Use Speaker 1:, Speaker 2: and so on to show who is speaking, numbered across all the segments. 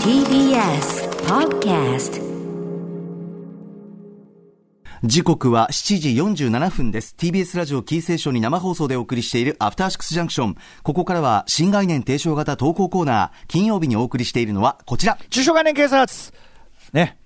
Speaker 1: TBS Podcast
Speaker 2: 時刻は7時47分です TBS ラジオキーセーションに生放送でお送りしているアフターシックスジャンクションここからは新概念提唱型投稿コーナー金曜日にお送りしているのはこちら
Speaker 3: 中小概念警察ね。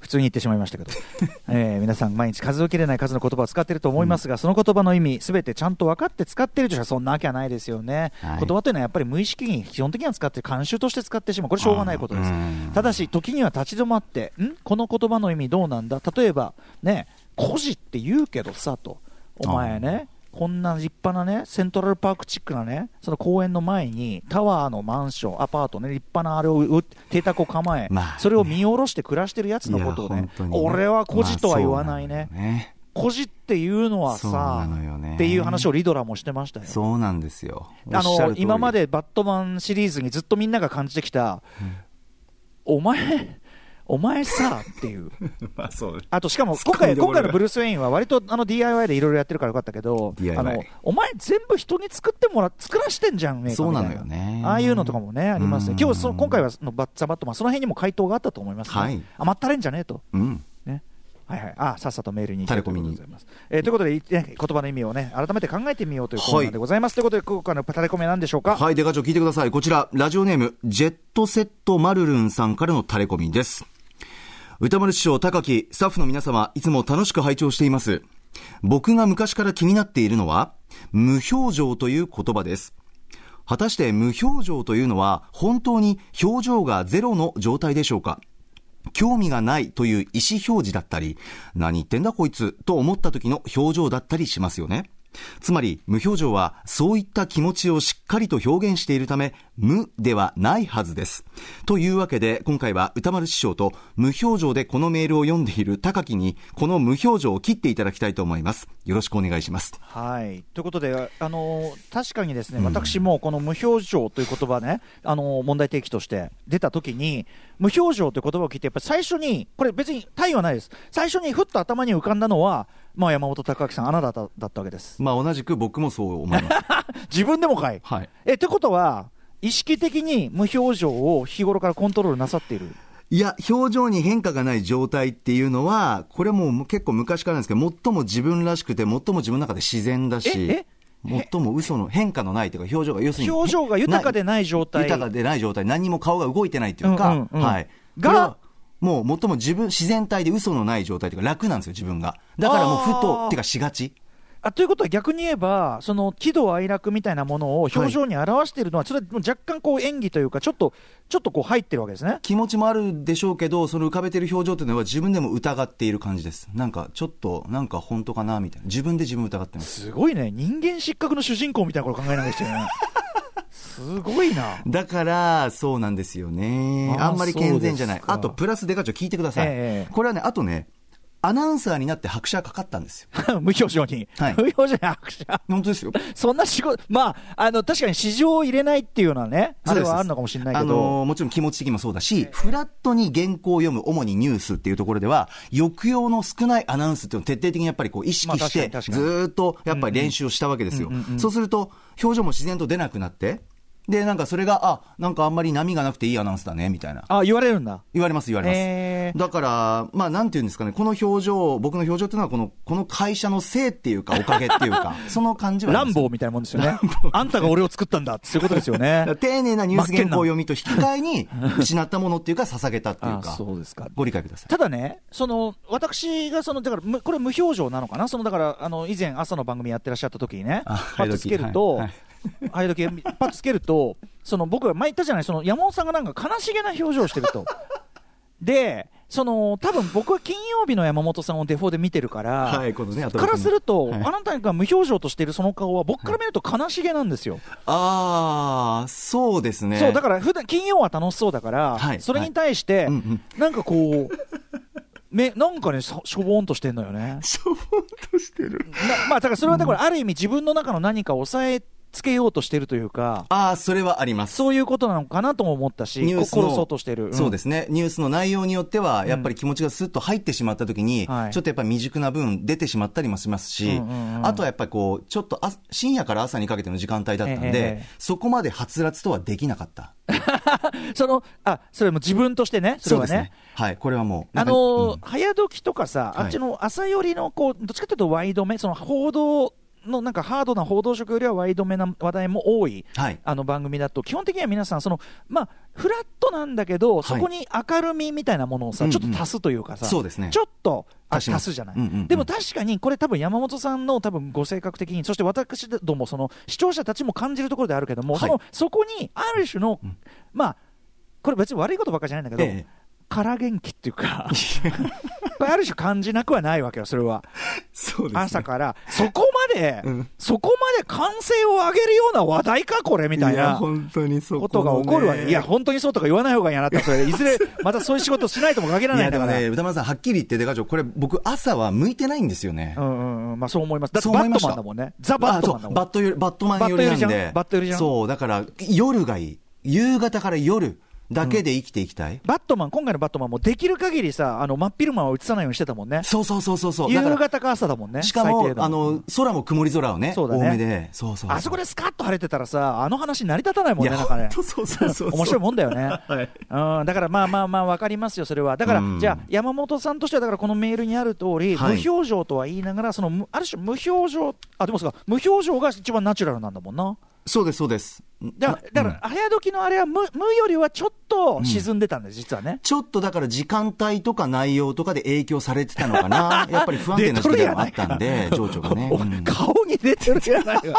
Speaker 3: 普通に言ってしまいましたけど、 えー皆さん毎日数を切れない数の言葉を使っていると思いますが、その言葉の意味すべてちゃんと分かって使っているとしたらそんなわけはないですよね、
Speaker 2: はい
Speaker 3: 言葉というのはやっぱり無意識に基本的には使って慣習として使ってしまうこれしょうがないことですただし時には立ち止まってんこの言葉の意味どうなんだ例えばね孤児って言うけどさとお前ねこんな立派なね、セントラルパークチックなね、その公園の前に、タワーのマンション、アパートね、立派なあれをう、邸宅を構え、
Speaker 2: まあ
Speaker 3: それを見下ろして暮らしてるやつのことを
Speaker 2: いや
Speaker 3: ね
Speaker 2: 本、当に
Speaker 3: 俺は孤児とは言わないね
Speaker 2: まあそう。なのよね
Speaker 3: 孤児っていうのは
Speaker 2: そうな
Speaker 3: さ
Speaker 2: のよね、
Speaker 3: っていう話をリドラもしてましたよ。
Speaker 2: そうなんですよ
Speaker 3: あ
Speaker 2: おっしゃ
Speaker 3: の
Speaker 2: る通り
Speaker 3: 今までバットマンシリーズにずっとみんなが感じてきた、お前、お前さっていう、
Speaker 2: まあそう
Speaker 3: あとしかも
Speaker 2: 突っ
Speaker 3: 今
Speaker 2: 込ん
Speaker 3: 回
Speaker 2: でも
Speaker 3: 今
Speaker 2: らえ
Speaker 3: 回
Speaker 2: る
Speaker 3: のブルース・ウェインは割とあの DIY でいろいろやってるからよかったけど、
Speaker 2: DIY
Speaker 3: あのお前、全部人に作ってもら作らしてんじゃん、メーカー
Speaker 2: そう
Speaker 3: み
Speaker 2: な
Speaker 3: たい
Speaker 2: のよね
Speaker 3: ああいうのとかもね、ありますね、
Speaker 2: うん
Speaker 3: 今日その今回はそのバッツァ・バットマン、その辺にも回答があったと思います、ね
Speaker 2: はい
Speaker 3: 甘ったれんじゃねえと。
Speaker 2: うん
Speaker 3: ね。はいはい。あ、さっさとメールに行
Speaker 2: タレ
Speaker 3: ける
Speaker 2: コミに
Speaker 3: ということでございます。えーということで、いね言葉の意味をね、改めて考えてみようというコーナーでございます。ということで、ここからのタレコミは何でしょうか
Speaker 2: はい、デカ長聞いてください。こちら、ラジオネーム、ジェットセットマルルンさんからのタレコミです。歌丸師匠、高木、スタッフの皆様、いつも楽しく拝聴しています。僕が昔から気になっているのは、無表情という言葉です。果たして無表情というのは、本当に表情がゼロの状態でしょうか興味がないという意思表示だったり、何言ってんだこいつと思った時の表情だったりしますよね。つまり、無表情はそういった気持ちをしっかりと表現しているため、無ではないはずです。というわけで、今回は歌丸師匠と無表情でこのメールを読んでいる高木に、この無表情を切っていただきたいと思います。よろしくお願いします。
Speaker 3: はい、ということで、あのー確かにですね、私もこの無表情という言葉ね、あのー問題提起として出たときに、無表情という言葉を聞いて、やっぱり最初に、これ、別に対はないです、最初にふっと頭に浮かんだのは、まあ、山本貴明さん、あなただっただったわ けです。
Speaker 2: まあ同じく僕もそう思います。
Speaker 3: 自分でもかい。
Speaker 2: はい。
Speaker 3: えということは、意識的に無表情を日頃からコントロールなさっている。
Speaker 2: いや、表情に変化がない状態っていうのは、これもう結構昔からなんですけど、最も自分らしくて、最も自分の中で自然だし
Speaker 3: え、
Speaker 2: 最も嘘の変化のないというか、表情が、要するに。
Speaker 3: 表情が豊かでない状態
Speaker 2: 豊かでない状態、何も顔が動いてないという
Speaker 3: うん
Speaker 2: か、
Speaker 3: うんうん
Speaker 2: はい。
Speaker 3: が
Speaker 2: これはもう最も自分、自然体で嘘のない状態というか、楽なんですよ、自分が。だからもう、ふ
Speaker 3: あ
Speaker 2: と、
Speaker 3: ー
Speaker 2: てかしがち。
Speaker 3: あということは逆に言えば、その喜怒哀楽みたいなものを表情に表しているのは、それはもう若干こう演技というか、ちょっと、ちょっとこう入ってるわけですね。
Speaker 2: 気持ちもあるでしょうけど、その浮かべてる表情というのは自分でも疑っている感じです。なんか、ちょっと、なんか本当かな、みたいな。自分で自分を疑ってます。
Speaker 3: すごいね、人間失格の主人公みたいなこと考えながらしてるね。 すごいな。
Speaker 2: だから、そうなんですよね。
Speaker 3: あー
Speaker 2: あんまり健全じゃない
Speaker 3: そうで。すか
Speaker 2: あと、プラスデカ長聞いてください、
Speaker 3: ええ
Speaker 2: これはね、あとね、アナウンサーになって拍車かかったんですよ。
Speaker 3: 無表情に。
Speaker 2: はい
Speaker 3: 無表情に拍手。
Speaker 2: 本当ですよ。
Speaker 3: そんな仕事、まあ、あの、確かに市場を入れないっていうのはね、あ
Speaker 2: そ
Speaker 3: れ
Speaker 2: うです
Speaker 3: はあるのかもしれないけ
Speaker 2: あ
Speaker 3: ど。
Speaker 2: のーもちろん気持ち的にもそうだし、フラットに原稿を読む、主にニュースっていうところでは、抑揚の少ないアナウンスっていうのを徹底的にやっぱりこう意
Speaker 3: ま
Speaker 2: 識
Speaker 3: あ
Speaker 2: し
Speaker 3: 確か
Speaker 2: て
Speaker 3: に、確かに
Speaker 2: ずーっとやっぱり練習をしたわけですよ。そうすると、表情も自然と出なくなって、で、なんかそれが、あ、なんかあんまり波がなくていいアナウンスだね、みたいな。
Speaker 3: あ、言われるんだ。
Speaker 2: 言われます、言われます。
Speaker 3: えー
Speaker 2: だから、まあ、なんていうんですかね、この表情、僕の表情っていうのはこの、この会社のせいっていうか、おかげっていう か、その感じはあ
Speaker 3: ラ
Speaker 2: りま
Speaker 3: ン
Speaker 2: す
Speaker 3: ボーみたいなもんですよね。あんたが俺を作ったんだってそういうことですよね
Speaker 2: だから。丁寧なニュース原稿を読みと引き換えに、失ったものっていうか、捧げたっていう
Speaker 3: あ、
Speaker 2: か、
Speaker 3: そうですか。
Speaker 2: ご理解ください。
Speaker 3: ただね、その私がそのだからむこれ無表情なのかな、そのだからあの以前朝の番組やってらっしゃった時にね、
Speaker 2: あ
Speaker 3: パッとつけると、
Speaker 2: は
Speaker 3: はいい時パッとつけると、その僕が前言ったじゃない、その山本さんがなんか悲しげな表情をしてる と。で、その多分僕は金曜日の山本さんをデフォで見てるから、
Speaker 2: はいこのね
Speaker 3: からすると、
Speaker 2: はい
Speaker 3: あなたが無表情としているその顔は僕から見ると悲しげなんですよ。
Speaker 2: あー、そうですね。
Speaker 3: そうだから普段金曜は楽しそうだから、
Speaker 2: はい
Speaker 3: それに対して、
Speaker 2: いうん
Speaker 3: なんかこう めなんかねしょしょぼーんと してんのよね
Speaker 2: しょぼんとしてる。
Speaker 3: なまあだからそれはだからある意味自分の中の何かを抑えつけようとしてるというか、
Speaker 2: ああ、それはあります。
Speaker 3: そういうことなのかなとも思ったし、
Speaker 2: ニュー
Speaker 3: こ
Speaker 2: スの
Speaker 3: 殺そうとしてる。ん
Speaker 2: そうですね。ニュースの内容によっては、やっぱり気持ちがスッと入ってしまった時に、
Speaker 3: はい
Speaker 2: ちょっとやっぱり未熟な分出てしまったりもしますし、
Speaker 3: うんうんうん
Speaker 2: あとはやっぱりこう、ちょっとあ深夜から朝にかけての時間帯だったんで、
Speaker 3: ええ
Speaker 2: そこまではつらつとはできなかった。
Speaker 3: その、あ、それも自分としてね、それは
Speaker 2: です
Speaker 3: ね。。
Speaker 2: はい、これはもう。な
Speaker 3: あ
Speaker 2: んか
Speaker 3: のー
Speaker 2: うん
Speaker 3: 早時とかさ、
Speaker 2: はい
Speaker 3: あっちの朝寄りのこう、どっちかというとワイドめ、その報道のなんかハードな報道色よりはワイドめな話題も多い、
Speaker 2: はい
Speaker 3: あの番組だと、基本的には皆さん、そのまあ、フラットなんだけど、そこに明るみみたいなものをさ、
Speaker 2: うんうん
Speaker 3: ちょっと足すというかさ、
Speaker 2: そうですね
Speaker 3: ちょっとあ
Speaker 2: 足
Speaker 3: 足
Speaker 2: します
Speaker 3: すじゃない、
Speaker 2: うんうんうん
Speaker 3: でも確かにこれ、多分山本さんの多分ご性格的に、そして私ども、その視聴者たちも感じるところであるけども、
Speaker 2: はい
Speaker 3: そのそこにある種の、まあ、これ別に悪いことばっかじゃないんだけど、
Speaker 2: ええ
Speaker 3: 空元気っていう か、これある種感じなくはないわけよ、それは。
Speaker 2: そうですね。
Speaker 3: 朝から、そこまで、
Speaker 2: うん
Speaker 3: そこまで歓声を上げるような話題か、これ、みたい
Speaker 2: や
Speaker 3: な。
Speaker 2: 本当にそ
Speaker 3: ことが起こるわけ、いや、本当にそうとか言わない方がいいやなって、それ、いずれ、またそういう仕事しないとも限ら
Speaker 2: い
Speaker 3: な
Speaker 2: や
Speaker 3: いんだ
Speaker 2: で
Speaker 3: か
Speaker 2: も
Speaker 3: ら、
Speaker 2: ね、歌丸さん、はっきり言って、でかちょ、これ、僕、朝は向いてないんですよね。
Speaker 3: うんうんうん、まあそう思います、だって
Speaker 2: そう
Speaker 3: バ
Speaker 2: 思い
Speaker 3: ッ
Speaker 2: ま
Speaker 3: ト
Speaker 2: した
Speaker 3: マンだもんね、ザ・バットマ
Speaker 2: あ
Speaker 3: ンだ
Speaker 2: そう
Speaker 3: も
Speaker 2: バ
Speaker 3: ん
Speaker 2: ットよりバットマン寄りなんで。
Speaker 3: バット寄りじゃんバット寄りじゃん
Speaker 2: そう、だから、夜がいい。夕方から夜だけで生きていきたい。
Speaker 3: バットマン、今回のバットマンもできる限りさ、あの真っ昼間は映さないようにしてたもんね、
Speaker 2: そうそうそうそうそう。
Speaker 3: 夕
Speaker 2: だから
Speaker 3: 方か朝だもんね、
Speaker 2: しか
Speaker 3: 最
Speaker 2: も
Speaker 3: 低、だ
Speaker 2: あ
Speaker 3: もん
Speaker 2: の、空も曇り空をね、
Speaker 3: そうだね
Speaker 2: 多めで。そうそうう
Speaker 3: あそこでスカッと晴れてたらさ、あの話成り立たないも
Speaker 2: い
Speaker 3: んね、
Speaker 2: や、
Speaker 3: なんかね
Speaker 2: 本。当そうそうそうそう。
Speaker 3: 面白いもんだよね、
Speaker 2: はい
Speaker 3: うん、だからまあまあまあ分かりますよ、それは。だから、
Speaker 2: うん
Speaker 3: じゃあ、山本さんとしては、だからこのメールにある通り、
Speaker 2: はい
Speaker 3: 無表情とは言いながら、そのむある種、無表情、あでもそうか、無表情が一番ナチュラルなんだもんな、
Speaker 2: そうです、そうです。
Speaker 3: だから、だから早時のあれは無、無よりはちょっと沈んでたんだよ、実はね。
Speaker 2: ちょっとだから時間帯とか内容とかで影響されてたのか な。やっぱり不安定な時期でもあったんで、情緒がね。
Speaker 3: お
Speaker 2: うん
Speaker 3: 顔に出てるじゃないよ。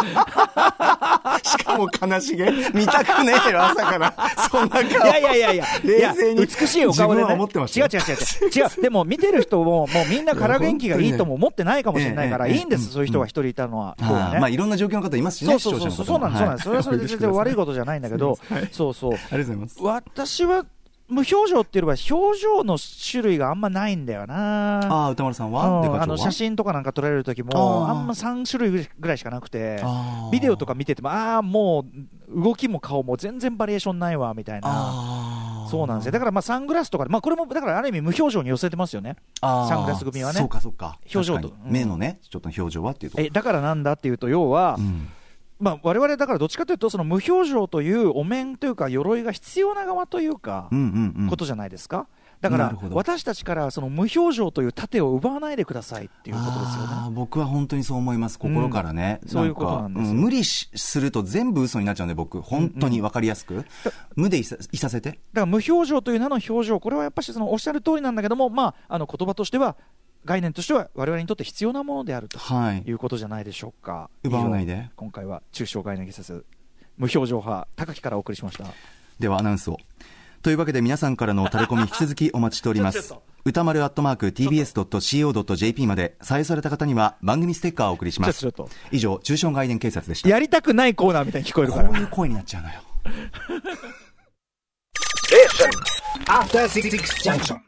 Speaker 2: しかも悲しげ。見たくねえよ、朝から。そんな顔。
Speaker 3: いやいやいやいや、
Speaker 2: 冷静に
Speaker 3: いや美しいお
Speaker 2: 自
Speaker 3: 顔で
Speaker 2: 分
Speaker 3: ね。
Speaker 2: は思ってました
Speaker 3: 違
Speaker 2: よ
Speaker 3: う違う違う違う。違う、でも見てる人も、もうみんな空元気がいいとも思ってないかもしれないから、
Speaker 2: いや本当に
Speaker 3: い
Speaker 2: ね
Speaker 3: いんで
Speaker 2: えええ
Speaker 3: す、
Speaker 2: え
Speaker 3: そういう人が一人いたのは。
Speaker 2: はい
Speaker 3: そうだね
Speaker 2: まあ、いろんな状況の方いますし
Speaker 3: そ
Speaker 2: ね、
Speaker 3: うそうそう、
Speaker 2: 視聴者の方も
Speaker 3: そうなんです、そうなんです。それはそれで全然悪い
Speaker 2: こ
Speaker 3: ことじゃないんだけど、そうそ
Speaker 2: と。あ
Speaker 3: う。
Speaker 2: りがとうございます。
Speaker 3: 私は、無表情っていうよりは、表情の種類があんまないんだよな。
Speaker 2: ああ、歌丸さん
Speaker 3: う
Speaker 2: はデカチ
Speaker 3: ん
Speaker 2: ョウは
Speaker 3: あの写真とかなんか撮られる時
Speaker 2: あ
Speaker 3: も、
Speaker 2: ー
Speaker 3: あんま3種類ぐらいしかなくて
Speaker 2: あー、
Speaker 3: ビデオとか見てても、ああ、もう動きも顔も全然バリエーションないわみたいな、
Speaker 2: あー
Speaker 3: そうなんですよ、だからまあサングラスとかで、まあ、これもだからある意味、無表情に寄せてますよね、
Speaker 2: あー
Speaker 3: サングラス組はね
Speaker 2: そうか、そうか。
Speaker 3: 表情と
Speaker 2: 確かに目のね、ちょっと表情はっていうとこ。
Speaker 3: えだからなんだっていうと、要は、
Speaker 2: うん
Speaker 3: まあ、我々だからどっちかというと、その無表情というお面というか、鎧が必要な側というか
Speaker 2: う、んうんうん。
Speaker 3: ことじゃないですか。だか
Speaker 2: なる
Speaker 3: ら
Speaker 2: ほど
Speaker 3: 私たちからその無表情という盾を奪わないでくださいっていうことですよ
Speaker 2: あ
Speaker 3: ね。
Speaker 2: ー僕は本当にそう思います、心からね、
Speaker 3: うんそういうことなんですよ
Speaker 2: か無理しすると全部嘘になっちゃうんで、僕、本当に分かりやすく、無でいさいさせて、
Speaker 3: だから無表情という名の表情、これはやっぱりそのおっしゃる通りなんだけども、まあ、あの言葉としては、概念としては我々にとって必要なものであると
Speaker 2: はい
Speaker 3: い、うことじゃないでしょうか。
Speaker 2: 奪わないで
Speaker 3: 以上今回は中小概念技術無表情派、高木からお送りしました。
Speaker 2: ではアナウンスを。というわけで皆さんからのタレコ ミ引き続きお待ちしておりま
Speaker 3: ち
Speaker 2: す
Speaker 3: ょっと。
Speaker 2: 歌丸アットマーク tbs.co.jp まで採用された方には番組ステッカーをお送りします
Speaker 3: ちょっとちょっと。
Speaker 2: 以上、中小概念警察でした。
Speaker 3: やりたくないコーナーみたいに聞こえる
Speaker 2: こ
Speaker 3: から
Speaker 2: う。いう声になっちゃうのよ。
Speaker 4: After Six Junction.